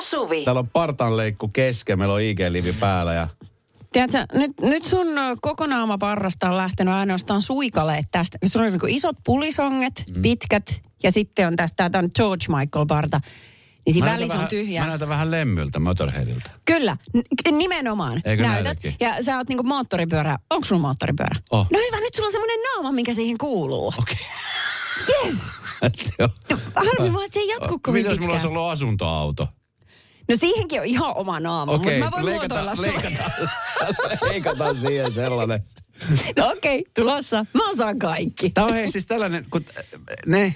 Suvi. Täällä on partanleikku kesken, meillä on IG-livi päällä ja Tiedätkö, nyt, nyt sun kokonaama parrasta on lähtenyt ainoastaan suikaleet tästä. Sulla on niin kuin isot pulisonget, mm. pitkät, ja sitten on tästä, tämä on George Michael parta. Niin siinä Mä välissä vähän, on tyhjää. Mä näytän vähän lemmyltä Motorheadilta. Kyllä, n- nimenomaan. Eikö Näytät. näytäkin? Ja sä oot niinku moottoripyörä. Onko sulla moottoripyörä? On. No hyvä, nyt sulla on semmoinen naama, mikä siihen kuuluu. Okei. Yes! Okay. Äh. Harmi vaan, että se ei jatku kovin Mitäs mulla pitkään. olisi ollut asuntoauto? No siihenkin on ihan oma naama, okay. mutta mä voin leikataan, muotoilla sulle. leikataan, leikataan siihen sellainen. No okei, okay, tulossa. Mä osaan kaikki. Tämä on hei siis tällainen, kun ne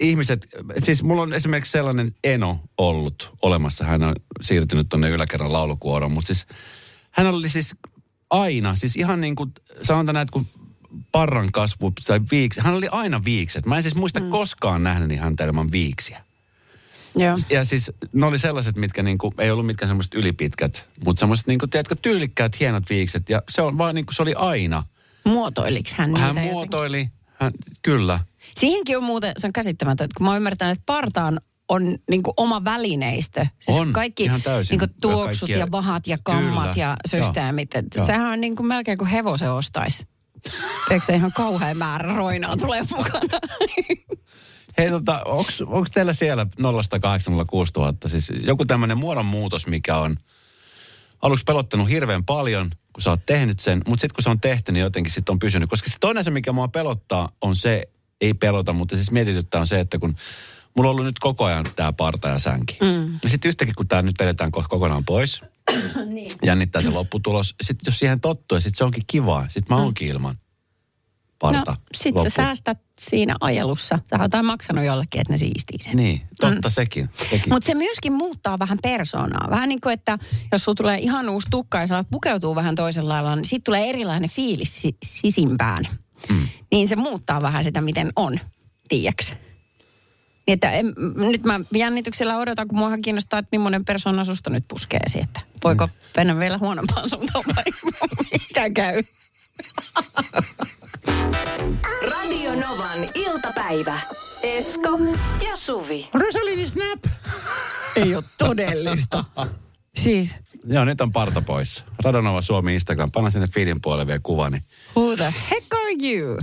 ihmiset, siis mulla on esimerkiksi sellainen Eno ollut olemassa. Hän on siirtynyt tonne yläkerran laulukuoroon, mutta siis hän oli siis aina, siis ihan niin kuin, sanotaan näin, että kun parran kasvu tai viikset, hän oli aina viikset. Mä en siis muista mm. koskaan nähneeni häntä ilman viiksiä. Joo. Ja siis ne oli sellaiset, mitkä niinku, ei ollut mitkään semmoiset ylipitkät, mutta semmoiset niinku, tiedätkö, tyylikkäät, hienot viikset. Ja se on vaan niinku, se oli aina. Muotoiliks hän niitä Hän jotenkin? muotoili, hän, kyllä. Siihenkin on muuten, se on käsittämätöntä, kun mä oon ymmärtänyt, että partaan on niin oma välineistö. Siis On, kaikki ihan täysin. Niin kuin Ja tuoksut ja, kaikkia- vahat ja kammat Kyllä, ja joo, systeemit. Et joo. sehän on niin kuin melkein kuin hevosen ostaisi. Tiedätkö se ihan kauhea määrä roinaa tulee mukana? Hei tota, onks, onks teillä siellä 0806000 siis joku tämmöinen muodonmuutos, mikä on aluksi pelottanut hirveän paljon, kun sä oot tehnyt sen, mutta sitten kun se on tehty, niin jotenkin sit on pysynyt. Koska se toinen se, mikä mua pelottaa, on se, ei pelota, mutta siis mietityttää on se, että kun mulla on ollut nyt koko ajan tämä parta ja sänki. Mm. Ja sitten yhtäkkiä, kun tämä nyt vedetään kohta kokonaan pois, niin. jännittää se lopputulos. Sitten jos siihen tottuu ja sitten se onkin kivaa, sitten mä oonkin ilman parta. Mm. no, sit lopun. sä säästät siinä ajelussa. Sä oot jotain maksanut jollekin, että ne siistii sen. Niin, totta mm. sekin. sekin. Mutta se myöskin muuttaa vähän persoonaa. Vähän niin kuin, että jos sulla tulee ihan uusi tukka ja sä alat pukeutua vähän toisella lailla, niin siitä tulee erilainen fiilis si- sisimpään. Mm. Niin se muuttaa vähän sitä, miten on, tiiäks. Niin että en, m- nyt mä jännityksellä odotan, kun muahan kiinnostaa, että millainen persoona susta nyt puskee siihen, että voiko mennä vielä huonompaan suuntaan vai mitä käy. Radio Novan iltapäivä. Esko ja Suvi. Rosalini Snap! Ei ole todellista. Siis, Joo, nyt on parta pois. Radonova Suomi Instagram. Panna sinne feedin puolelle vielä kuva, niin who the heck are you?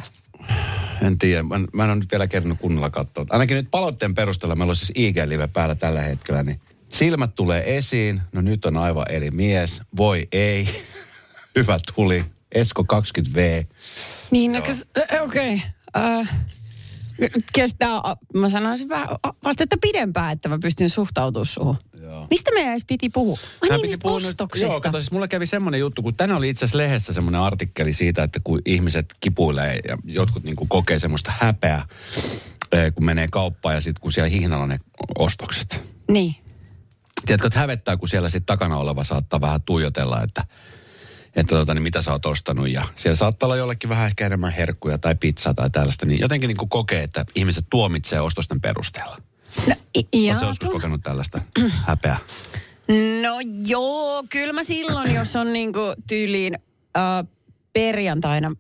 en tiedä. Mä, en- mä en ole nyt vielä kerännyt kunnolla katsoa. Ainakin nyt palautteen perusteella meillä on siis IG-live päällä tällä hetkellä, niin silmät tulee esiin. No nyt on aivan eri mies. Voi ei. Hyvä tuli. Esko 20V. Niin, no, kas- ö, okei. Okay. Kestää, a- mä sanoisin vähän a- vastetta pidempään, että mä pystyn suhtautumaan suhun. Joo. Mistä meidän edes piti puhua? Ai Hän niin, piti niistä puhua nyt- ostoksista. Joo, kato, siis mulla kävi semmoinen juttu, kun tänään oli itse asiassa lehdessä semmoinen artikkeli siitä, että kun ihmiset kipuilee ja jotkut niin kokee semmoista häpeää, eh, kun menee kauppaan ja sitten kun siellä hihnalla on ne ostokset. Niin. Tiedätkö, että hävettää, kun siellä sitten takana oleva saattaa vähän tuijotella, että, että tota, niin mitä sä oot ostanut. Ja siellä saattaa olla jollekin vähän ehkä enemmän herkkuja tai pizzaa tai tällaista. Niin jotenkin niin kokee, että ihmiset tuomitsee ostosten perusteella. No, i- Oletko jaa, joskus tuo- kokenut tällaista häpeää? no joo, kyllä mä silloin, jos on niinku tyyliin äh, perjantaina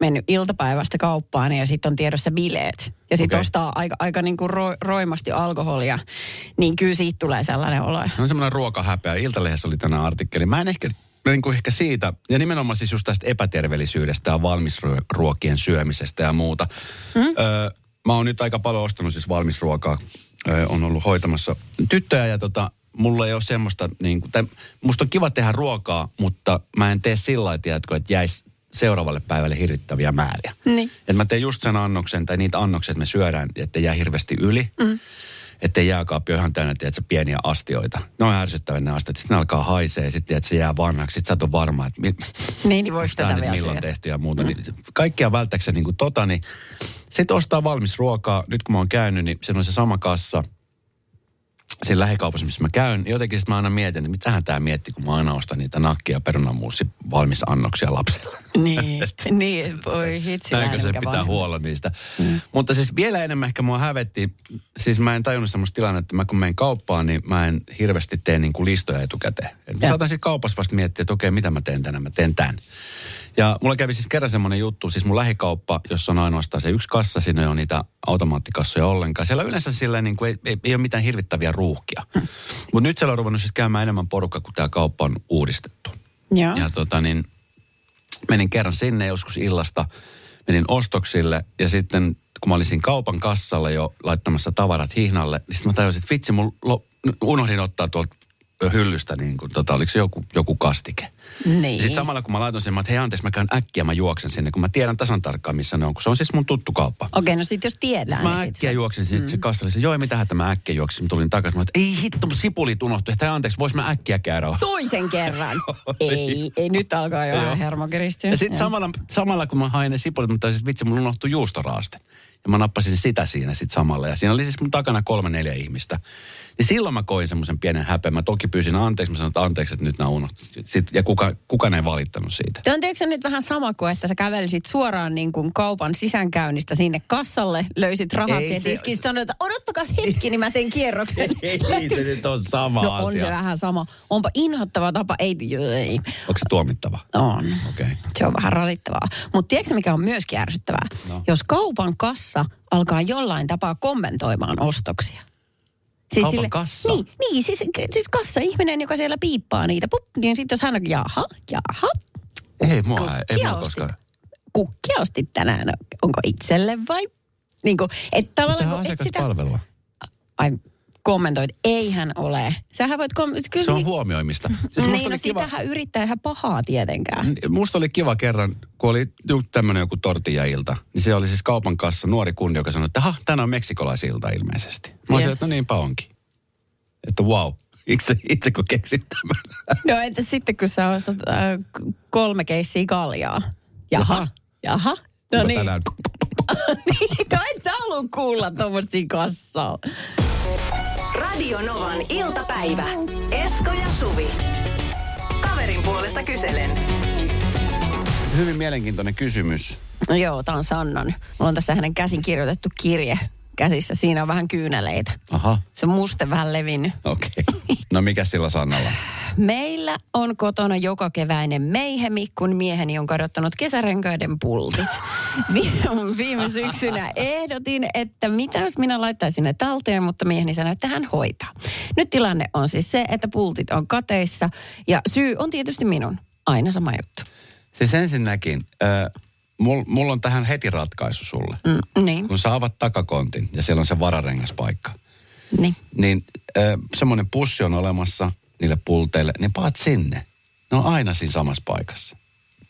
mennyt iltapäivästä kauppaan ja sitten on tiedossa bileet. Ja sitten Okei. okay. ostaa aika, aika niinku ro, roimasti alkoholia, niin kyllä siitä tulee sellainen olo. No semmoinen ruokahäpeä. Iltalehdessä oli tänään artikkeli. Mä en ehkä, niin kuin ehkä siitä, ja nimenomaan siis just tästä epäterveellisyydestä ja valmisruokien syömisestä ja muuta. Hmm? Öö, mä oon nyt aika paljon ostanut siis valmisruokaa. Öö, on ollut hoitamassa tyttöjä ja tota, mulla ei ole semmoista, niin kuin, tai musta on kiva tehdä ruokaa, mutta mä en tee sillä lailla, tiedätkö, että jäisi seuraavalle päivälle hirvittäviä määriä. Niin. Et mä teen just sen annoksen, tai niitä annoksia, että me syödään, ettei jää hirveästi yli. Mm. Ettei jääkaappi ole ihan täynnä, tiedätkö, astioita. astioita. Ne on ärsyttäviä ne astiat. Sitten ne alkaa haisee, sitten tiedätkö, se jää vanhaksi. Sitten sä et ole varma, että mi- Niin, niin voiko onks tää tätä nyt vielä milloin syödä? tehty ja muuta. Mm. Niin, kaikkia välttäkseni niin kuin tota, niin sitten ostaa valmis ruokaa. Nyt kun mä oon käynyt, niin siellä on se sama kassa siinä lähikaupassa, missä mä käyn. niin Jotenkin sitten mä aina mietin, että mitähän tämä mietti, kun mä aina ostan niitä nakkia ja perunamuusi valmis annoksia lapselle. Niin, niin, voi hitsi. Näinkö se pitää vanhempi. huolla niistä. Mm. Mutta siis vielä enemmän ehkä mua hävetti, siis mä en tajunnut semmoista tilannetta, että mä kun menen kauppaan, niin mä en hirveästi tee niin kuin listoja etukäteen. Et mä Joo. saatan sitten kaupassa vasta miettiä, että okei, mitä mä teen tänään, mä teen tämän. Ja mulla kävi siis kerran semmoinen juttu, siis mun lähikauppa, jossa on ainoastaan se yksi kassa, siinä ei ole niitä automaattikassoja ollenkaan. Siellä yleensä sillä niin kuin ei, ei, ei, ole mitään hirvittäviä ruuhkia. Mm. Mutta nyt siellä on ruvennut siis käymään enemmän porukka, kun tämä kauppa on uudistettu. Joo. Ja tota niin, menin kerran sinne joskus illasta, menin ostoksille ja sitten kun mä olisin kaupan kassalla jo laittamassa tavarat hihnalle, niin sitten mä tajusin, että vitsi, mun lo, unohdin ottaa tuolta hyllystä, niin kuin, tota, oliko se joku, joku kastike. Ja Niin. sitten samalla kun mä laitoin sen, mä että hei anteeksi, mä käyn äkkiä, mä juoksen sinne, kun mä tiedän tasan tarkkaan, missä ne on, kun se on siis mun tuttu kauppa. Okei, no sit jos Sit tietää, mä niin sit. äkkiä juoksin sitten se kassalle, se, joo, mitä tämä äkkiä juoksin, mä tulin takaisin, mä että ei hitto, mun sipulit unohtui, että hei, anteeksi, vois mä äkkiä käydä. Toisen kerran. ei, ei, nyt alkaa jo vähän hermo kiristyä. niin. Ja sitten Joo. samalla, samalla, kun mä hain ne sipulit, mutta siis vitsi, mun unohtui juustoraaste. Ja mä nappasin sitä siinä sitten samalla. Ja siinä oli siis mun takana kolme neljä ihmistä. Ja silloin mä koin semmoisen pienen häpeän. Mä toki pyysin anteeksi, mä sanoin, että anteeksi, että nyt nämä unohtu. Sitten, ja kuka, kukaan ei valittanut siitä. Tämä on tietysti nyt vähän sama kuin, että sä kävelisit suoraan niin kuin kaupan sisäänkäynnistä sinne kassalle, löysit rahat Ei siihen se- tiskiin, sanoit, että odottakaa hetki, niin mä teen kierroksen. Ei se nyt on sama no asia. on se vähän sama. Onpa inhottava tapa, ei, ei. Onko se tuomittava? On. Okei. Okay. Se on vähän rasittavaa. Mutta tiedätkö mikä on myöskin ärsyttävää? No. No. Jos kaupan kassa alkaa jollain tapaa kommentoimaan ostoksia. Siis Kaupan kassa? Niin, niin siis, siis kassa, ihminen, joka siellä piippaa niitä. Pup, niin sitten jos hän on, jaha, jaha, Ei mua, ei Kukkia mua ostit. koskaan. kukkia ostit tänään, onko itselle vai? Niin kuin, että tavallaan Sehän on kun et sitä asiakaspalvelua. ai, kommentoit, eihän ole. Sähän voit kom... Kyllä, Se on niin- huomioimista. Siis musta niin, no oli kiva- sitähän yrittää ihan pahaa tietenkään. N- Musta oli kiva kerran, kun oli just tämmönen joku tortillailta, niin se oli siis kaupan kanssa nuori kundi, joka sanoi, että ha, tänään on meksikolaisilta ilmeisesti. Mä olisin, Jep. että no niinpä onkin. Että wow, itse, itse kun keksit tämän. No entä sitten, kun sä ostat äh, k- kolme keissiä kaljaa? Jaha, jaha. No Mä niin. tänään- no et sä halua kuulla tuommoisia kassaa. Radio Novan iltapäivä. Esko ja Suvi. Kaverin puolesta kyselen. Hyvin mielenkiintoinen kysymys. No joo, tää on Sannan. Mulla on tässä hänen käsin kirjoitettu kirje käsissä. Siinä on vähän kyyneleitä. Aha, Se muste vähän levinnyt. okei. Okay. No mikä sillä Sannalla? Meillä on kotona joka keväinen meihemi, kun mieheni on kadottanut kesärenkaiden pultit. Vi- Viime syksynä ehdotin, että mitä jos minä laittaisin ne talteen, mutta mieheni sanoi, että hän hoitaa. Nyt tilanne on siis se, että pultit on kateissa ja syy on tietysti minun. Aina sama juttu. Siis ensinnäkin, äh, mulla mul on tähän heti ratkaisu sulle. Mm. Mm, niin, Kun sä avaat takakontin ja siellä on se vararengaspaikka, niin. niin äh, semmoinen pussi on olemassa niille pulteille, niin paat sinne. Ne on aina siinä samassa paikassa.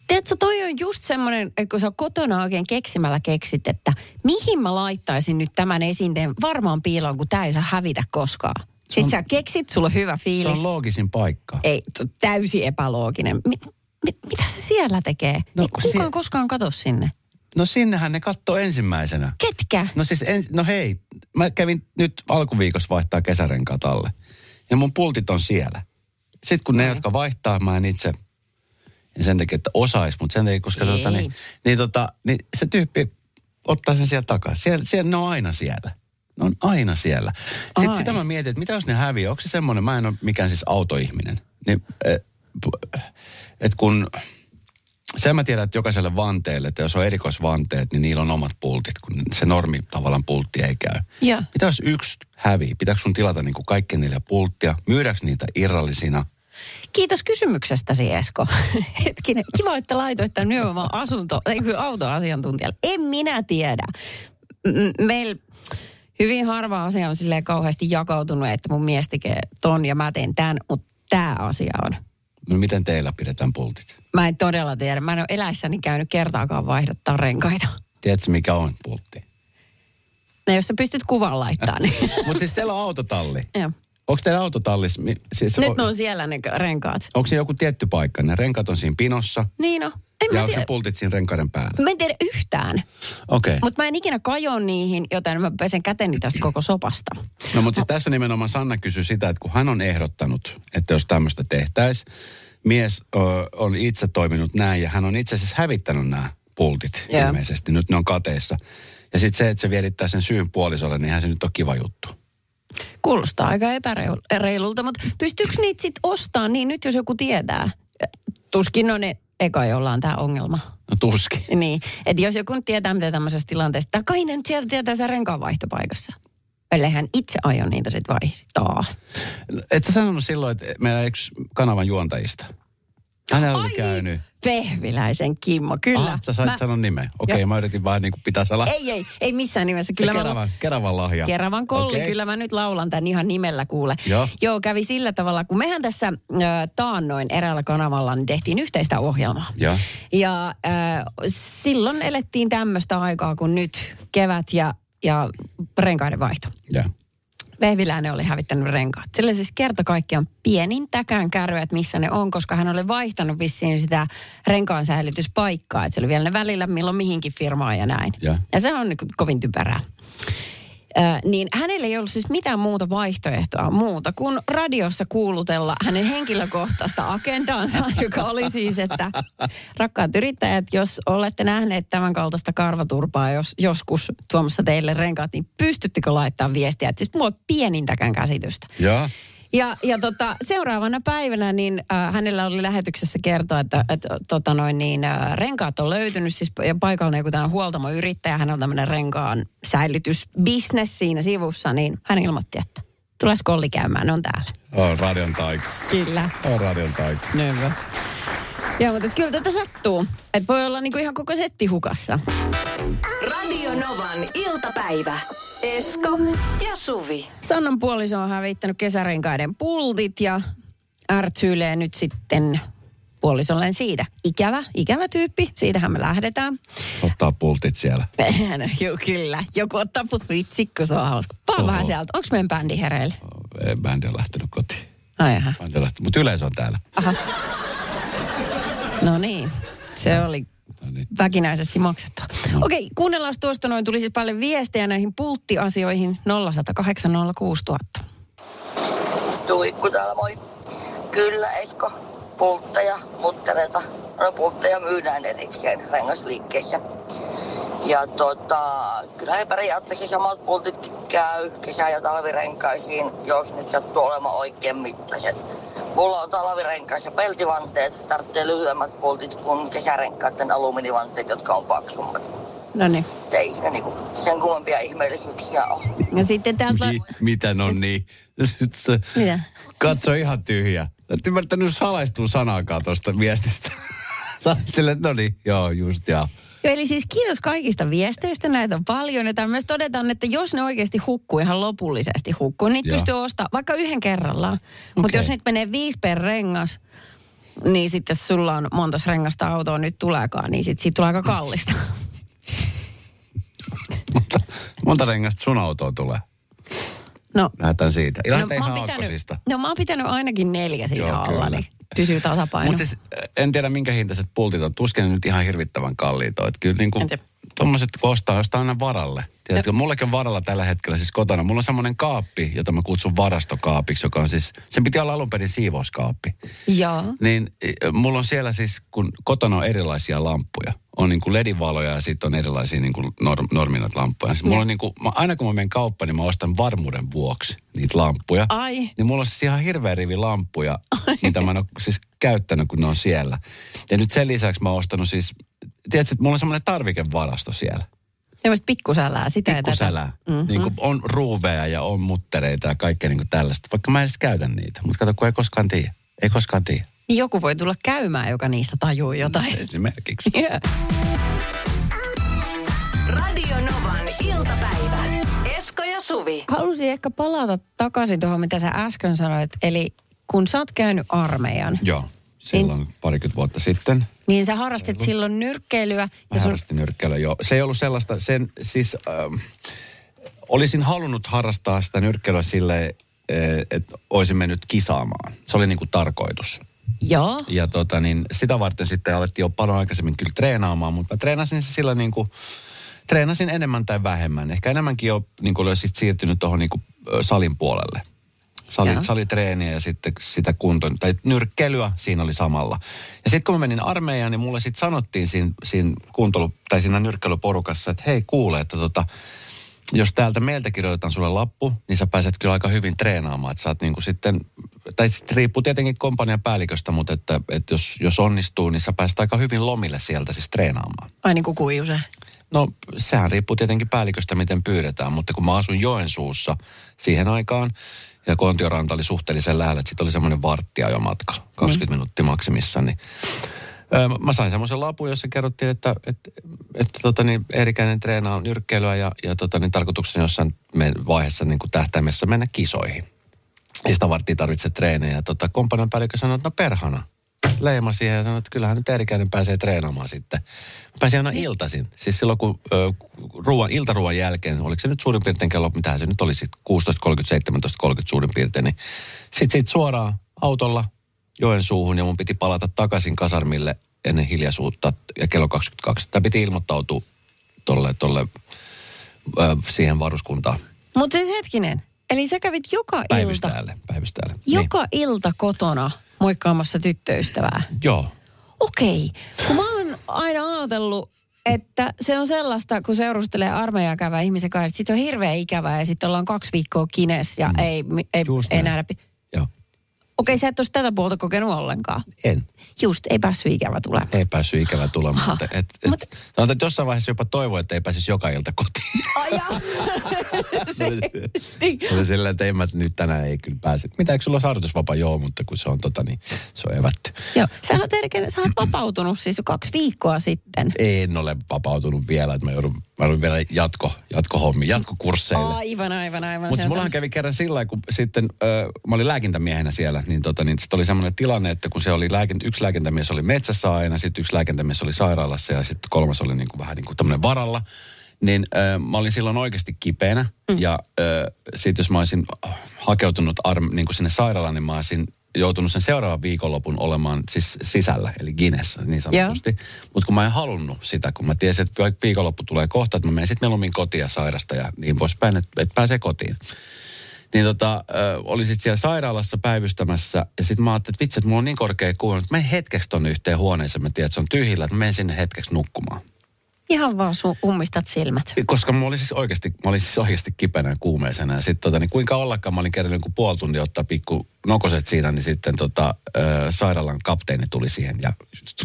Tiedätkö, toi on just semmoinen, että kun sä kotona oikein keksimällä keksit, että mihin mä laittaisin nyt tämän esinteen varmaan piiloon, kun tää ei saa hävitä koskaan. Sitten sä keksit, sulla on hyvä Se fiilis. on loogisin paikka. Ei, t- täysin epälooginen. Mi- mi- mitä se siellä tekee? No, No, ei se- kukaan se... koskaan katso sinne. No sinnehän ne kattoo ensimmäisenä. Ketkä? No siis, en, no hei, mä kävin nyt alkuviikossa vaihtaa kesärenkaat alle. Ja mun pultit on siellä. Sitten kun ne, jotka vaihtaa, mä en itse, en sen takia, että osais, mutta sen takia, koska tota, Ei. niin, niin, tota, niin se tyyppi ottaa sen sieltä takaisin. Siellä, siellä, ne on aina siellä. Ne on aina siellä. Sitten Ai. sitä mä mietin, että mitä jos ne häviää? Onko se semmoinen, mä en ole mikään siis autoihminen. Niin, että kun sen mä tiedän, että jokaiselle vanteelle, että jos on erikoisvanteet, niin niillä on omat pultit, kun se normi tavallaan pultti ei käy. Joo. Mitä jos yksi hävii? Pitääkö sun tilata niin kuin kaikki neljä pulttia? Myydäänkö niitä irrallisina? Kiitos kysymyksestäsi, Esko. Hetkinen, kiva, että laitoit tämän nimenomaan asunto, ei kun autoasiantuntijalle. En minä tiedä. M- Meillä hyvin harva asia on silleen kauheasti jakautunut, että mun mies tekee ton ja mä teen tämän, mutta tämä asia on. No miten teillä pidetään pultit? Mä en todella tiedä. Mä en ole eläissäni käynyt kertaakaan vaihdottaa renkaita. Tiedätkö mikä on pultti? No jos sä pystyt kuvan laittamaan, niin... Mutta siis teillä on autotalli. Joo. Onko teillä autotallis? mi- Siis Nyt ne on siellä ne renkaat. Onko siinä joku tietty paikka? Ne renkaat on siinä pinossa. Niin no. En ja mä onko tiedä. ne pultit siinä renkaiden päällä? Mä en tiedä yhtään, Okei. mutta mä en ikinä kajoa niihin, joten mä pesen käteni tästä koko sopasta. No mutta siis tässä nimenomaan Sanna kysyi sitä, että kun hän on ehdottanut, että jos tämmöistä tehtäisiin, mies ö, on itse toiminut näin ja hän on itse asiassa hävittänyt nämä pultit Joo. ilmeisesti. Nyt ne on kateissa. Ja sitten se, että se vierittää sen syyn puolisolle, niin se nyt on kiva juttu. Kuulostaa aika epäreilulta, mutta pystyykö niitä sitten ostamaan niin nyt, jos joku tietää? Tuskin on ne eka, jolla on tämä ongelma. No tuskin. Niin, että jos joku nyt tietää, mitä tämmöisessä tilanteessa, tai kai ne nyt sieltä tietää sen renkaan vaihtopaikassa. Välillähän itse aion niitä sitten vaihtaa. Et sä sanonut silloin, että meillä yksi kanavan juontajista. Hänellä oli Ai! käynyt. Vehviläisen Kimmo, kyllä. Ah, sä sait mä... mä, sanon nimen. Okei, okay, Joo. mä yritin vaan niin kuin pitää sala. ei, ei, ei missään nimessä. Kyllä se mä, keravan, keravan lahja. Keravan kolli, Okei. okay. kyllä mä nyt laulan tämän ihan nimellä kuule. Joo. Joo, kävi sillä tavalla, kun mehän tässä ö, taannoin eräällä kanavalla niin tehtiin yhteistä ohjelmaa. Joo. Ja ö, silloin elettiin tämmöistä aikaa kuin nyt, kevät ja, ja renkaiden vaihto. Joo. Vehviläinen oli hävittänyt renkaat. Sillä oli siis kerta kaikkiaan pienin täkään kärry, että missä ne on, koska hän oli vaihtanut vissiin sitä renkaan säilytyspaikkaa. Että se oli vielä ne välillä milloin mihinkin firmaan ja näin. Joo. Ja se on niin kovin typerää. Ö, niin hänellä ei ollut siis mitään muuta vaihtoehtoa muuta kuin radiossa kuulutella hänen henkilökohtaista agendaansa, joka oli siis, että rakkaat yrittäjät, jos olette nähneet tämän kaltaista karvaturpaa jos, joskus tuomassa teille renkaat, niin pystyttekö laittaa viestiä? Et siis mulla on pienintäkään käsitystä. Joo. Ja, ja tota, seuraavana päivänä niin, äh, hänellä oli lähetyksessä kertoa, että et, tota noin, niin, äh, renkaat on löytynyt. Siis, ja paikalla on joku tämän huoltamoyrittäjä, hän on tämmöinen renkaan säilytysbisnes siinä sivussa. Niin hän ilmoitti, että tules kolli käymään, ne on täällä. On Oh, radion taika. Kyllä. On radion taika. Nevä. Joo, mutta et kyllä tätä sattuu. Et voi olla niinku ihan koko setti hukassa. Radio Novan iltapäivä. Esko ja Suvi. Sannan puoliso on hävittänyt kesärenkaiden pultit ja ärtyilee nyt sitten puolisolleen siitä. Ikävä, ikävä tyyppi, siitähän me lähdetään. Ottaa pultit siellä. no, joo, kyllä. Joku ottaa put vitsi, kun se on hauska. Oho. Paa vähän sieltä. Onko meidän bändi hereillä? Ei, Bändi on lähtenyt kotiin. Ai jaha. Bändi on lähtenyt, mutta yleisö on täällä. Aha. No niin, se oli No niin. väkinäisesti maksettua. Okei, okay, kuunnellaan tuosta noin. Tuli siis paljon viestejä näihin pulttiasioihin 0806000. Tuikku täällä, moi. Kyllä, Esko. Pultteja, muttereita. No pultteja myydään erikseen rengasliikkeessä. Ja tota, kyllä ne periaatteessa samat pultit käy kesä- ja talvirenkaisiin, jos nyt sattuu olemaan oikein mittaiset. Mulla on talvirenkaissa peltivanteet, tarvitsee lyhyemmät pultit kuin kesärenkaiden alumiinivanteet, jotka on paksummat. No niin. Et Ei siinä niinku sen kummempia ihmeellisyyksiä ole. Ja sitten täältä... Mi- miten on niin? Nyt se Mitä? Katso ihan tyhjä. Et ymmärtänyt salaistua sanaakaan tuosta viestistä. Ajattelin, että no niin, joo, just joo. Joo, eli siis kiitos kaikista viesteistä, näitä on paljon. Ja täällä myös todetaan, että jos ne oikeasti hukkuu, ihan lopullisesti hukkuu, niitä Joo. pystyy ostamaan vaikka yhden kerrallaan. Mutta Okei. jos niitä menee viisi per rengas, niin sitten sulla on monta rengasta autoa nyt tuleekaan, niin sitten siitä tulee aika kallista. Monta, monta rengasta sun autoon tulee? No, Lähdetään siitä. no, Lähdetään mä ihan oon pitänyt, aakkosista. no mä oon pitänyt ainakin neljä siinä Joo, Joo, alla, kyllä. niin pysyy tasapaino. Mutta siis äh, en tiedä minkä hintaiset pultit on. Tuskin ne nyt ihan hirvittävän kalliita. on. Et kyllä niin kuin En tiedä. tuommoiset kun ostaa, ostaa aina varalle. Tiedätkö, mullakin on varalla tällä hetkellä siis kotona. Mulla on semmoinen kaappi, jota mä kutsun varastokaapiksi, joka on siis, sen piti olla alun perin siivouskaappi. Joo. Niin eh, mulla on siellä siis, kun kotona on erilaisia lamppuja. On niin kuin ledivaloja ja sitten on erilaisia niin kuin norm, norminat lamppuja. Siis mulla on niin kuin, mä, aina kun mä menen kauppaan, niin mä ostan varmuuden vuoksi niitä lamppuja. Ai. Niin mulla on siis ihan hirveä rivi lamppuja, mitä mä en ole siis käyttänyt, kun ne on siellä. Ja nyt sen lisäksi mä oon ostanut siis, tiedätkö, että mulla on semmoinen tarvikevarasto siellä. Tämmöistä pikkusälää, sitä ja tätä. Pikkusälää. Mm-hmm. Niin kuin on ruuveja ja on muttereita ja kaikkea niin kuin tällaista. Vaikka mä en edes käytä niitä. Mutta kato, kun ei koskaan tiedä. Ei koskaan tiedä. Niin joku voi tulla käymään, joka niistä tajuu jotain. Esimerkiksi. Joo. Radio Novan iltapäivä. Esko ja Suvi. Halusin ehkä palata takaisin tuohon, mitä sä äsken sanoit. Eli kun sä oot käynyt armeijan, Joo, silloin niin. parikymmentä vuotta sitten. niin sä harrastit silloin nyrkkeilyä. Mä Ja sun, harrastin nyrkkeilyä, joo. Se ei ollut sellaista, sen siis... Ähm, olisin halunnut harrastaa sitä nyrkkeilyä sille, eh, että olisin mennyt kisaamaan. Se oli niinku tarkoitus. joo, Ja tota, niin sitä varten sitten alettiin jo paljon aikaisemmin kyllä treenaamaan, mutta mä treenasin se sillä niin kuin, treenasin enemmän tai vähemmän. Ehkä enemmänkin jo niin kuin sit siirtynyt tuohon niin kuin, ö, salin puolelle. Sali, Joo. salitreeniä ja sitten sitä kuntoon, tai nyrkkeilyä siinä oli samalla. Ja sitten kun mä menin armeijaan, niin mulle sitten sanottiin siinä, siinä, kuuntelu, tai siinä nyrkkeilyporukassa, että hei kuule, että tota, jos täältä meiltä kirjoitetaan sulle lappu, niin sä pääset kyllä aika hyvin treenaamaan. Että sä oot niin kuin sitten, tai sitten riippuu tietenkin kompanian päälliköstä, mutta että, että jos, jos onnistuu, niin sä pääset aika hyvin lomille sieltä siis treenaamaan. Ai niin kuin kuiuse. No sehän riippuu tietenkin päälliköstä, miten pyydetään, mutta kun mä asun Joensuussa siihen aikaan, ja Kontioranta oli suhteellisen lähellä, että sitten oli semmoinen varttia jo matkalla, 20 mm. minuuttia maksimissa, niin Öö, Mä sain semmoisen lapun, jossa kerrottiin, että, että, että tota niin, erikäinen treenaa nyrkkeilyä ja, ja tota niin, tarkoituksena jossain me- vaiheessa niin kuin tähtäimessä mennä kisoihin. Ja sitä varttia tarvitsee treenejä. Ja tota, kompanian päällikkö sanoi, että no perhana. Leima siihen ja sanoi, että kyllähän nyt erikäinen pääsee treenaamaan sitten. Mä pääsin aina iltaisin. Siis silloin kun ö, ruoan, iltaruoan jälkeen, oliko se nyt suurin piirtein kello, mitä se nyt oli, sit 16.30, 17.30 suurin piirtein, niin sitten sit suoraan autolla Joensuuhun ja mun piti palata takaisin kasarmille ennen hiljaisuutta ja kello 22. Tämä piti ilmoittautua tolle, tolle ö, siihen varuskuntaan Mutta siis hetkinen, eli sä kävit joka ilta, päivystäjälle. päivystäjälle. Niin. joka ilta kotona moikkaamassa tyttöystävää. Niin. Joo. Okei, kun mä oon aina ajatellut, että se on sellaista, kun seurustelee armeijaa käyvää ihmisen kanssa, että sit on hirveä ikävää ja sitten ollaan kaksi viikkoa kines ja mm. ei, mi- ei, Just ei näin. nähdä. pi- Joo. Okei, sä et ole tätä puolta kokenut ollenkaan. En. Just, ei päässyt ikävä tulemaan. Ei päässyt ikävä tulemaan. Aha. Mutta Et, et, Mut- Mut... sanotaan, että jossain vaiheessa jopa toivoin, että ei pääsisi joka ilta kotiin. Aja. Oli sillä, että en mä nyt tänään ei kyllä pääse. Mitä, eikö sulla ole harjoitusvapaa? Joo, mutta kun se on tota niin, se on evätty. Joo, sä oot, erken, sä oot vapautunut siis jo kaksi viikkoa sitten. En ole vapautunut vielä, että mä joudun, mä joudun vielä jatko, jatkohommiin, jatkokursseille. Aivan, aivan, aivan. Mutta Se siis on mullahan kävi kerran sillä lailla, kun sitten, ö, mä olin lääkintämiehenä siellä, niin, tota, niin sitten oli semmoinen tilanne, että kun se oli lääkin, yksi lääkintämies oli metsässä aina, sitten yksi lääkintämies oli sairaalassa ja sitten kolmas oli niinku, vähän niin kuin tämmöinen varalla, niin ö, mä olin silloin oikeasti kipeänä mm. ja sitten jos mä olisin hakeutunut arm, niin kuin sinne sairaalaan, niin mä olisin joutunut sen seuraavan viikonlopun olemaan siis sisällä, eli Guinness niin sanotusti. Mutta kun mä en halunnut sitä, kun mä tiesin, että vi- viikonloppu tulee kohta, että mä menen sitten mieluummin kotiin ja sairasta ja niin poispäin, että et pääsee kotiin niin tota, ö, olin sitten siellä sairaalassa päivystämässä. Ja sitten mä ajattelin, että vitsi, että mulla on niin korkea kuuma, että menen hetkeksi tonne yhteen huoneeseen. Mä tiedän, että se on tyhjillä, että mä menen sinne hetkeksi nukkumaan. Ihan vaan sun ummistat silmät. Koska mä olin siis oikeasti, mä olin siis oikeasti kipeänä ja kuumeisena. Ja sitten tota, niin kuinka ollakaan, mä olin kerran joku puoli tuntia ottaa pikku nokoset siinä, niin sitten tota, ö, sairaalan kapteeni tuli siihen ja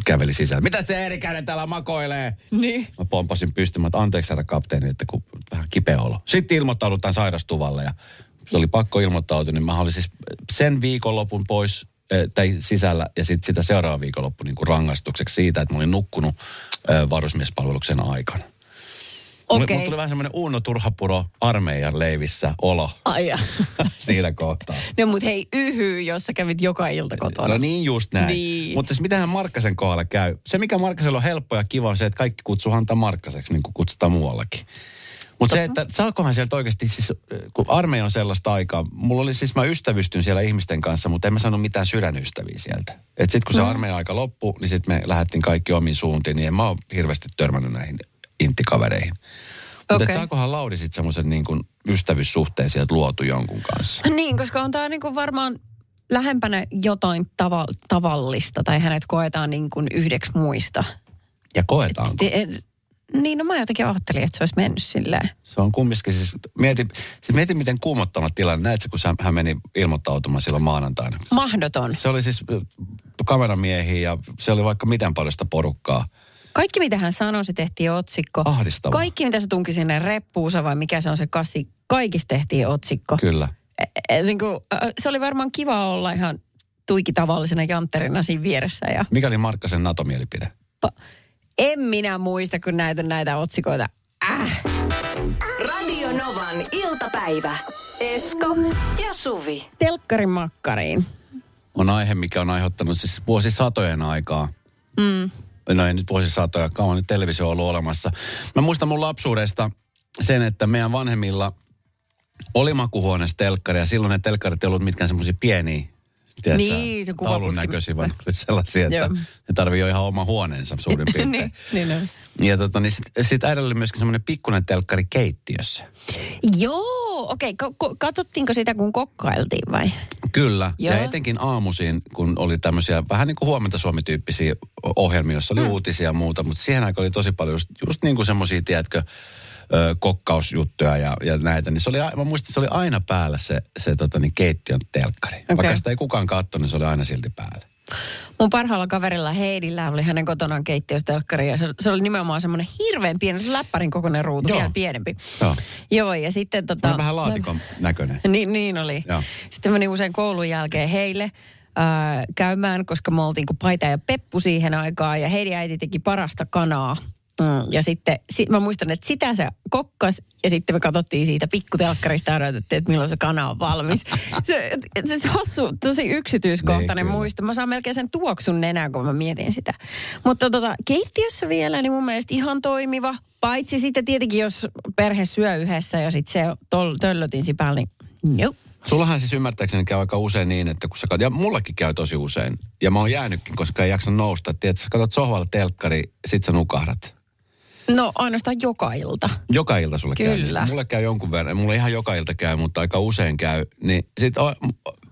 käveli sisään. Mitä se erikäinen täällä makoilee? Niin. Mä pompasin pystymään, että anteeksi herra kapteeni, että kun vähän kipeä olo. Sitten ilmoittaudutaan sairastuvalle ja se oli pakko ilmoittautua, niin mä olin siis sen viikonlopun pois eh, tai sisällä ja sitten sitä seuraava viikonloppu niin kuin rangaistukseksi siitä, että mä olin nukkunut eh, varusmiespalveluksen aikana. Mulle, Okei. mulle tuli vähän semmoinen Uno Turhapuro armeijan leivissä olo Aja. siinä kohtaa. No mut hei, yhyy, jos sä kävit joka ilta kotona. No niin just näin. Niin. Mutta siis mitähän Markkasen kohdalla käy? Se mikä Markkasella on helppo ja kiva on se, että kaikki kutsuu häntä Markkaseksi niin kuin kutsutaan muuallakin. Mutta se, että saakohan sieltä oikeasti, siis, äh, kun armeija on sellaista aikaa, mulla oli siis, mä ystävystyn siellä ihmisten kanssa, mutta en mä saanut mitään sydänystäviä sieltä. Et sit kun se Mm. armeijan aika loppui, niin sit me lähdettiin kaikki omiin suuntiin, niin en mä oon hirveästi törmännyt näihin intikavereihin. Mutta okay. Okei. saakohan Lauri sit semmoisen niin kuin ystävyyssuhteen sieltä luotu jonkun kanssa? Niin, koska on tämä niinku varmaan lähempänä jotain tava- tavallista, tai hänet koetaan niinku yhdeksi muista. Ja koetaanko? Te, niin, no mä jotenkin ajattelin, että se olisi mennyt silleen. Se on kumminkin siis, mieti, siis mieti miten kuumottava tilanne. Näetkö, kun sä- hän meni ilmoittautumaan silloin maanantaina? Mahdoton. Se oli siis ö, kameramiehiä ja se oli vaikka miten paljon sitä porukkaa. Kaikki, mitä hän sanoi, se tehtiin otsikko. Ahdistavaa. Kaikki, mitä se tunki sinne reppuunsa, vai mikä se on se kasi, kaikista tehtiin otsikko. Kyllä. E- e- niin kuin, ö, se oli varmaan kiva olla ihan tuiki tavallisena jantterina siinä vieressä. Ja Mikä oli Markkasen NATO-mielipide? pa- en minä muista, kun näitä näitä otsikoita. Äh. Radio Novan iltapäivä. Esko ja Suvi. Telkkarin makkariin. On aihe, mikä on aiheuttanut siis vuosisatojen aikaa. Mm. No ei nyt vuosisatoja, kauan nyt televisio on ollut olemassa. Mä muistan mun lapsuudesta sen, että meidän vanhemmilla oli makuhuoneessa telkkari ja silloin ne telkkarit ei ollut mitkään semmoisia pieniä. Tiedätkö, Niin, se kuvaputki. taulun näköisiä, vaan ne oli sellaisia, että Joo. ne tarvii jo ihan oma huoneensa suurin piirtein. niin, niin on. Ja tota, niin sitten sit äidillä oli myöskin semmoinen pikkuinen telkkari keittiössä. Joo, okei. Okay. Ko- katsottiinko sitä, kun kokkailtiin vai? Kyllä, Joo. ja Joo. etenkin aamuisin, kun oli tämmöisiä vähän niin kuin huomenta Suomi-tyyppisiä ohjelmia, joissa oli mm. uutisia ja muuta, mutta siihen aikaan oli tosi paljon just, just niin kuin semmoisia, tiedätkö, ö, kokkausjuttuja ja, ja näitä, niin se oli, a- mä muistan, se oli aina päällä se, se tota, niin keittiön telkkari. Okay. Vaikka Okei. sitä ei kukaan katsonut, niin se oli aina silti päällä. Mun parhaalla kaverilla Heidillä oli hänen kotonaan keittiöstelkkari ja se, se oli nimenomaan semmoinen hirveän pieni, se läppärin kokoinen ruutu, Joo. vielä pienempi. Joo. Joo, ja sitten Tämä tota... on vähän laatikon näköinen. Niin, niin oli. Joo. Sitten menin usein koulun jälkeen heille ää, käymään, koska me oltiin kuin paita ja peppu siihen aikaan. Ja heidän äiti teki parasta kanaa. Mm, Ja sitten si- mä muistan, että sitä se kokkas ja sitten me katsottiin siitä pikkutelkkarista ja odotettiin, että milloin se kana on valmis. se, et- et se hassu, tosi Niin, yksityiskohtainen kyllä. muisto. Mä saan melkein sen tuoksun nenään, kun mä mietin sitä. Mutta tota, keittiössä vielä, niin mun mielestä ihan toimiva. Paitsi sitten tietenkin, jos perhe syö yhdessä ja sitten se tol- töllötin päällä, niin nope. Sullahan siis ymmärtääkseni käy aika usein niin, että kun sä katsot, ja mullekin käy tosi usein, ja mä oon jäänytkin, koska ei jaksa nousta. Tiedätkö, sä katsot sohvalla telkkari, sit sä nukahdat. No ainoastaan joka ilta. Joka ilta sulle käy. Kyllä. niin. Mulle käy jonkun verran. Mulle ihan joka ilta käy, mutta aika usein käy. Niin sit, o-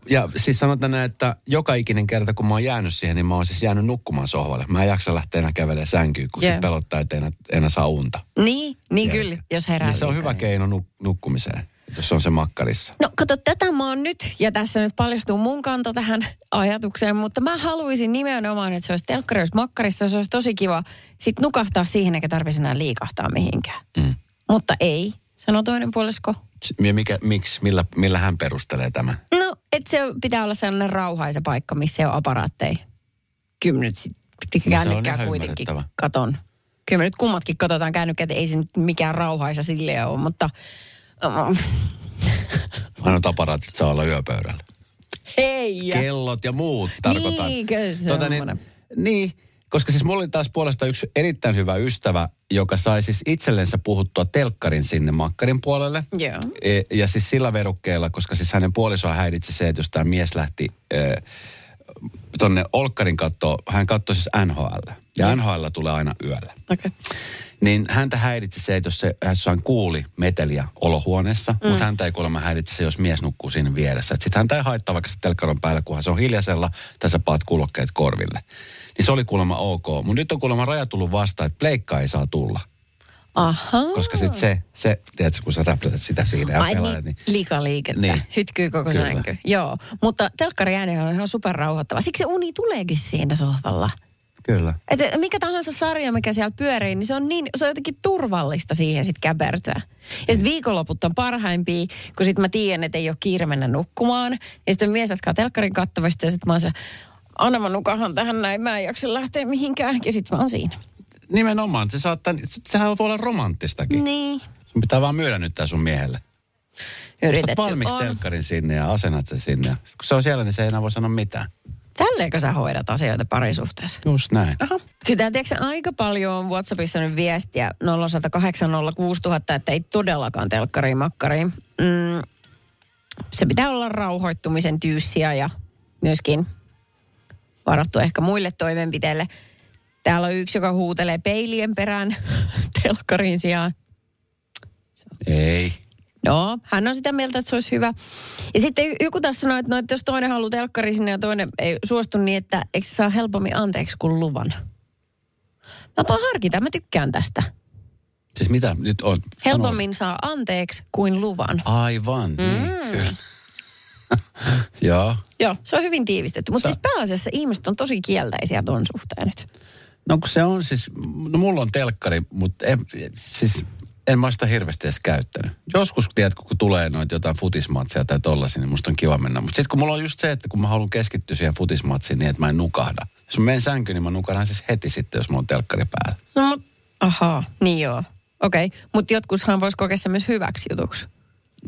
ja siis sanotaan näin, että joka ikinen kerta, kun mä oon jäänyt siihen, niin mä oon siis jäänyt nukkumaan sohvalle. Mä en jaksa lähteä enää kävelemään sänkyyn, kun yeah. Joo. pelottaa, että enää, enää saa unta. Niin, niin kyllä, jos herää. Niin se on liikaa. hyvä keino nuk- nukkumiseen, jos se on se makkarissa. No kato, tätä mä oon nyt, ja tässä nyt paljastuu mun kanta tähän ajatukseen, mutta mä haluaisin nimenomaan, että se olisi telkkari, olisi makkarissa, se olisi tosi kiva sit nukahtaa siihen, eikä tarvitsisi enää liikahtaa mihinkään. Mm. Mutta ei, sano toinen puolisko. S- Ja mikä, miksi, millä, millä hän perustelee tämän? No, et se pitää olla sellainen rauhaisa paikka, missä ei ole aparaatteja. Kyllä nyt sitten No se on kännykkää ihan kuitenkin ymmärrettävä. katon. Kyllä me nyt kummatkin katsotaan kännykkää, että ei se nyt mikään rauhaisa sille ole, mutta... um, Ainoa taparaatit saa olla yöpöydällä. Hei! ja. kellot ja muut tarkoitan. Niinkö se niin, on? niin, koska siis mulla oli taas puolesta yksi erittäin hyvä ystävä, joka sai siis itsellensä puhuttua telkkarin sinne makkarin puolelle. Joo. E, ja siis sillä verukkeella, koska siis hänen puolisoa häiritsi se, että jos tämä mies lähti e, tonne Olkkarin kattoon, hän katsoi siis NHL. Ja NHL tulee aina yöllä. Okay. Niin häntä häiritsi se, että jos se, hän kuuli meteliä olohuoneessa, mm. mutta häntä ei kuulemma häiritse se, jos mies nukkuu siinä vieressä. Sitten häntä ei haittaa vaikka se telkkaron päällä, kunhan se on hiljaisella, tai sä paat kulokkeet korville. Niin se oli kuulemma ok. Mutta nyt on kuulemma raja tullut vastaan, että pleikka ei saa tulla. Aha. Koska sitten se, se, tiedätkö, kun sä räplätät sitä siinä ja Mm. Ai pelaat, niin, niin... liikaa liikettä. Niin. Niin. Hytkyy koko Kyllä. Kyllä. sänky. Joo, mutta telkkari ääni on ihan superrauhoittava. Siksi se uni tuleekin siinä sohvalla. Kyllä. Et mikä tahansa sarja, mikä siellä pyörii, niin se on, niin, se on jotenkin turvallista siihen sitten käpertyä. Ja sitten viikonloput on parhaimpia, kun sitten mä tiedän, että ei ole kiire mennä nukkumaan. Ja sitten mies jatkaa telkkarin kattavasta ja sitten mä oon siellä, anna mä nukahan tähän näin, mä en jaksa lähteä mihinkään. Ja sitten mä oon siinä. Nimenomaan, se saattaa, sehän voi olla romanttistakin. Niin. Sun pitää vaan myydä nyt tää sun miehelle. Yritetty Otat valmiiksi on. telkkarin sinne ja asennat sen sinne. Sitten kun se on siellä, niin se ei enää voi sanoa mitään. Tälleenkö sä hoidat asioita parisuhteessa? Just näin. Aha. Kyllä tämä tiedätkö, aika paljon on Whatsappissa nyt viestiä 0806000, että ei todellakaan telkkariin makkariin. Mm, se pitää olla rauhoittumisen tyyssiä ja myöskin varattu ehkä muille toimenpiteille. Täällä on yksi, joka huutelee peilien perään telkkariin sijaan. Ei. No, hän on sitä mieltä, että se olisi hyvä. Ja sitten joku taas sanoi, että, no, että jos toinen haluaa telkkari sinne ja toinen ei suostu, niin että eikö se saa helpommin anteeksi kuin luvan? Mä harkitaan, mä tykkään tästä. Siis mitä nyt on? Helpommin saa anteeksi kuin luvan. Sano. Aivan, mm. niin kyllä. Joo. Joo, se on hyvin tiivistetty. Mutta Sä- siis pääasiassa ihmiset on tosi kielteisiä ton suhteen nyt. No kun se on siis, no mulla on telkkari, mutta en, siis en mä sitä hirveästi edes käyttänyt. Joskus, tiedätkö, kun tulee noita jotain futismatseja tai tollasia, niin musta on kiva mennä. Mutta sitten kun mulla on just se, että kun mä haluan keskittyä siihen futismatsiin niin, että mä en nukahda. Jos mä menen sänkyyn, niin mä nukahdan siis heti sitten, jos mulla on telkkari päällä. No, mut, ahaa, niin joo. Okei, okay. mutta jotkushan voisi kokea se myös hyväksi jutuksi.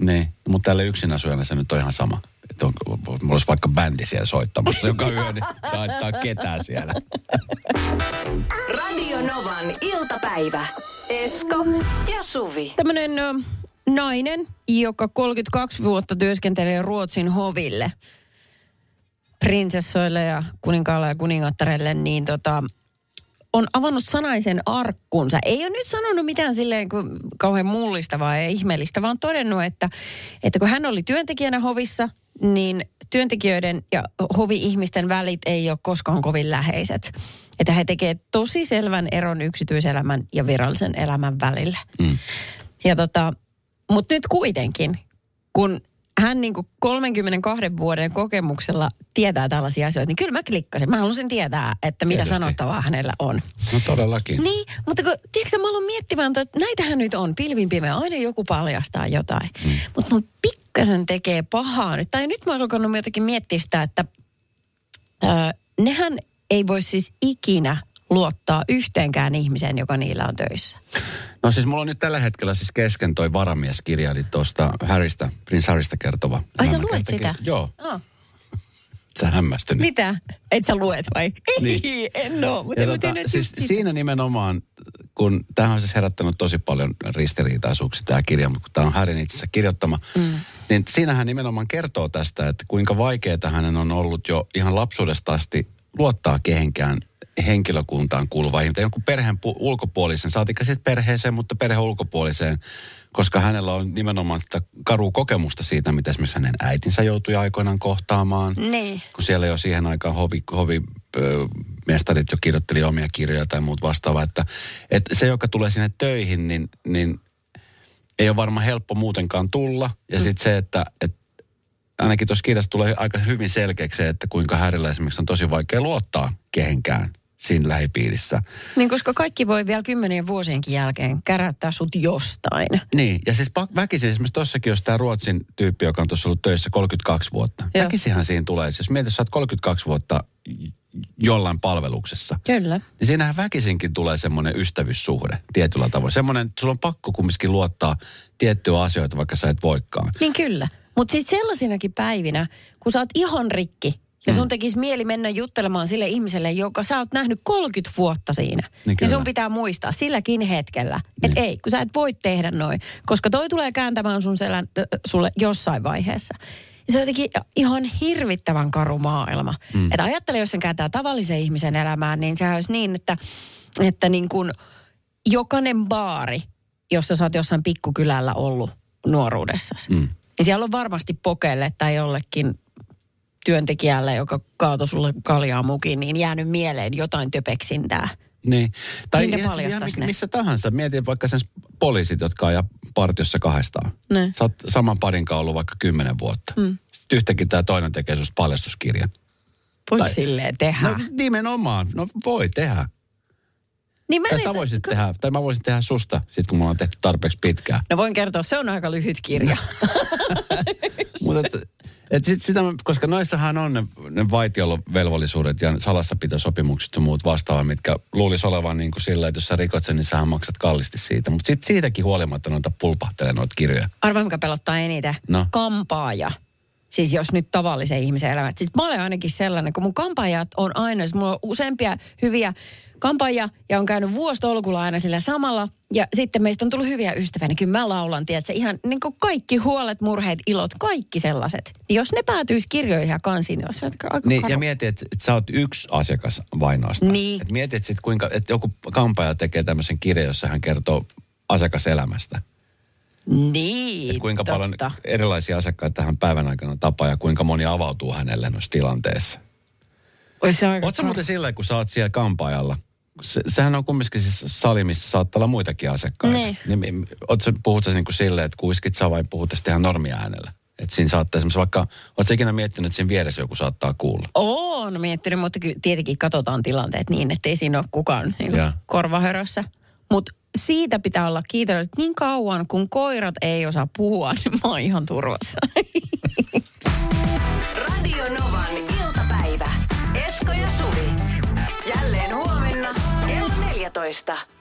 Niin, mutta tälle yksin asujana se nyt on ihan sama. Että on, mulla olisi vaikka bändi siellä soittamassa joka yö, niin se haittaa ketään siellä. Radio Novan iltapäivä. Esko ja Suvi. tämmöinen Niin. nainen, joka 32 vuotta työskentelee Ruotsin hoville prinsessoille ja kuninkaalle ja kuningattarelle, niin tota, on avannut sanaisen arkkunsa. Ei ole nyt sanonut mitään silleen kuin kauhean mullistavaa ja ihmeellistä, vaan todennut, että, että kun hän oli työntekijänä hovissa, niin työntekijöiden ja hovi-ihmisten välit ei ole koskaan kovin läheiset. Että he tekevät tosi selvän eron yksityiselämän ja virallisen elämän välillä. Mm. Ja tota, mutta nyt kuitenkin, kun hän niin kuin 32 vuoden kokemuksella tietää tällaisia asioita, niin kyllä mä klikkasin. Mä halusin tietää, että mitä Tietysti. sanottavaa hänellä on. No todellakin. Niin, mutta kun, tiedätkö, mä aloin miettimään, että näitähän nyt on pilvin pimeä, aina joku paljastaa jotain. Mutta mun pikkasen tekee pahaa nyt. Tai nyt mä oon alkanut jotenkin miettiä sitä, että ö, nehän ei voi siis ikinä luottaa yhteenkään ihmiseen, joka niillä on töissä. No siis mulla on nyt tällä hetkellä siis kesken toi varamieskirja, eli tuosta Harrystä, Prince Harrystä kertova. Ai sä Elämän luet kertakirja. sitä? Joo, Oh. sä hämmästynyt. Mitä? Et sä luet vai? Ei, Niin. en oo. Mutta Ja mä tota, teen nyt siis just sitä. siinä nimenomaan, kun tämähän on siis herättänyt tosi paljon ristiriitaisuuksia tämä kirja, mutta kun tämä on Härin itsensä kirjoittama, mm. niin siinähän nimenomaan kertoo tästä, että kuinka vaikeaa hänen on ollut jo ihan lapsuudesta asti luottaa kehenkään henkilökuntaan kuuluvaan ihmiseen, jonkun perheen pu- ulkopuolisen, saatika sitten perheeseen, mutta perheen ulkopuoliseen, koska hänellä on nimenomaan sitä karua kokemusta siitä, mitä esimerkiksi hänen äitinsä joutui aikoinaan kohtaamaan Niin. kun siellä jo siihen aikaan hovi, hovi ö, mestarit jo kirjoitteli omia kirjoja tai muut vastaavaa, että, että se, joka tulee sinne töihin, niin, niin ei ole varmaan helppo muutenkaan tulla. Ja sitten se, että, että ainakin tuossa kirjassa tulee aika hyvin selkeäksi se, että kuinka Härillä esimerkiksi on tosi vaikea luottaa kehenkään siinä lähipiirissä. Niin, koska kaikki voi vielä kymmenien vuosienkin jälkeen käräyttää sut jostain. Niin, ja siis pak- väkisin esimerkiksi tossakin, jos tämä Ruotsin tyyppi, joka on tuossa ollut töissä 32 vuotta. Joo. Joo. Väkisinhän siinä tulee. Siis Jos mietit, jos sä oot 32 vuotta j- jollain palveluksessa, Kyllä. niin siinähän väkisinkin tulee semmoinen ystävyyssuhde tietyllä tavoin. Semmoinen, että sulla on pakko kumminkin luottaa tiettyä asioita, vaikka sä et voikaan. Niin kyllä. Mutta sitten sellaisinakin päivinä, kun sä oot ihan rikki, ja Mm. sun tekisi mieli mennä juttelemaan sille ihmiselle, joka sä oot nähnyt 30 vuotta siinä. Niin, niin kyllä. sun pitää muistaa silläkin hetkellä, että ei, kun sä et voi tehdä noin. Koska toi tulee kääntämään sun selän ö, ö, sulle jossain vaiheessa. Ja Se on jotenkin ihan hirvittävän karu maailma. Mm. Että ajattele, jos sen kääntää tavallisen ihmisen elämään, niin sehän olisi niin, että, että niin kun jokainen baari, jossa sä oot jossain pikkukylällä ollut nuoruudessasi, mm. niin siellä on varmasti pokelle tai jollekin työntekijälle, joka kaatoi sulle kaljaa mukin, niin jäänyt mieleen jotain töpeksintää. Niin. Tai Niin ne ihan, siis ihan paljastas mikä- ne. missä tahansa. Mieti vaikka sen poliisit, jotka ajaa partiossa kahdestaan. Ne. Sä oot saman parin kanssa ollut vaikka kymmenen vuotta. Mm. Sitten yhtäkkiä tämä toinen tekee susta paljastuskirjan. Voiko Tai- silleen tehdä? No nimenomaan. No voi tehdä. niin mä Tai yritän- sä voisit tehdä, tai mä voisin tehdä susta, sit kun me ollaan tehty tarpeeksi pitkään. No voin kertoa, se on aika lyhyt kirja. No. Mutta et, et sit sitä, mä- koska noissahan on ne, ne vaitiolovelvollisuudet ja salassapitosopimukset ja muut vastaavat, mitkä luulisi olevan niin kuin sillä, että jos sä rikot sen, niin sähän maksat kallisti siitä. Mutta sit siitäkin huolimatta noita pulpahtelee noita kirjoja. Arvaa, mikä pelottaa eniten. No. Kampaaja. Siis jos nyt tavallisen ihmisen elämä. Siis mä olen ainakin sellainen, kun mun kampaajat on aina, siis mulla on useampia hyviä kampaajia ja on käynyt vuosi tolkulla aina sillä samalla. Ja sitten meistä on tullut hyviä ystäviä, niin kyllä mä laulan, tiedätkö, ihan niin kuin kaikki huolet, murheet, ilot, kaikki sellaiset. Niin Jos ne päätyisi kirjoihin ja kansiin, niin olisi aika aika Niin, karu. ja mieti, että et sä oot yksi asiakas vain ainoastaan. Niin. Et mieti, että sit kuinka, et joku kampaaja tekee tämmöisen kirjan, jossa hän kertoo asiakaselämästä. niin Et kuinka totta. paljon erilaisia asiakkaita tähän päivän aikana tapaa ja kuinka moni avautuu hänelle noissa tilanteissa. Olisi aika Oletko karu. muuten silleen, kun sä oot siellä kampaajalla? Se, sehän on kumminkin siis sali, missä saattaa olla muitakin asiakkaita. Niin. niin mi- oot sä, puhut sä niin kuin silleen, että kuiskit sä vai puhut sä ihan normia äänellä? Että siinä saattaa esimerkiksi vaikka, oot sä ikinä miettinyt, että siinä vieressä joku saattaa kuulla? Oon miettinyt, mutta kyllä tietenkin katsotaan tilanteet niin, ettei siinä ole kukaan niin Joo. korvahörössä. Mutta siitä pitää olla kiitollinen, että niin kauan kun koirat ei osaa puhua, niin mä oon ihan turvassa. Radio Novan iltapäivä. Esko ja Suvi. Jälleen huomenna kello 14.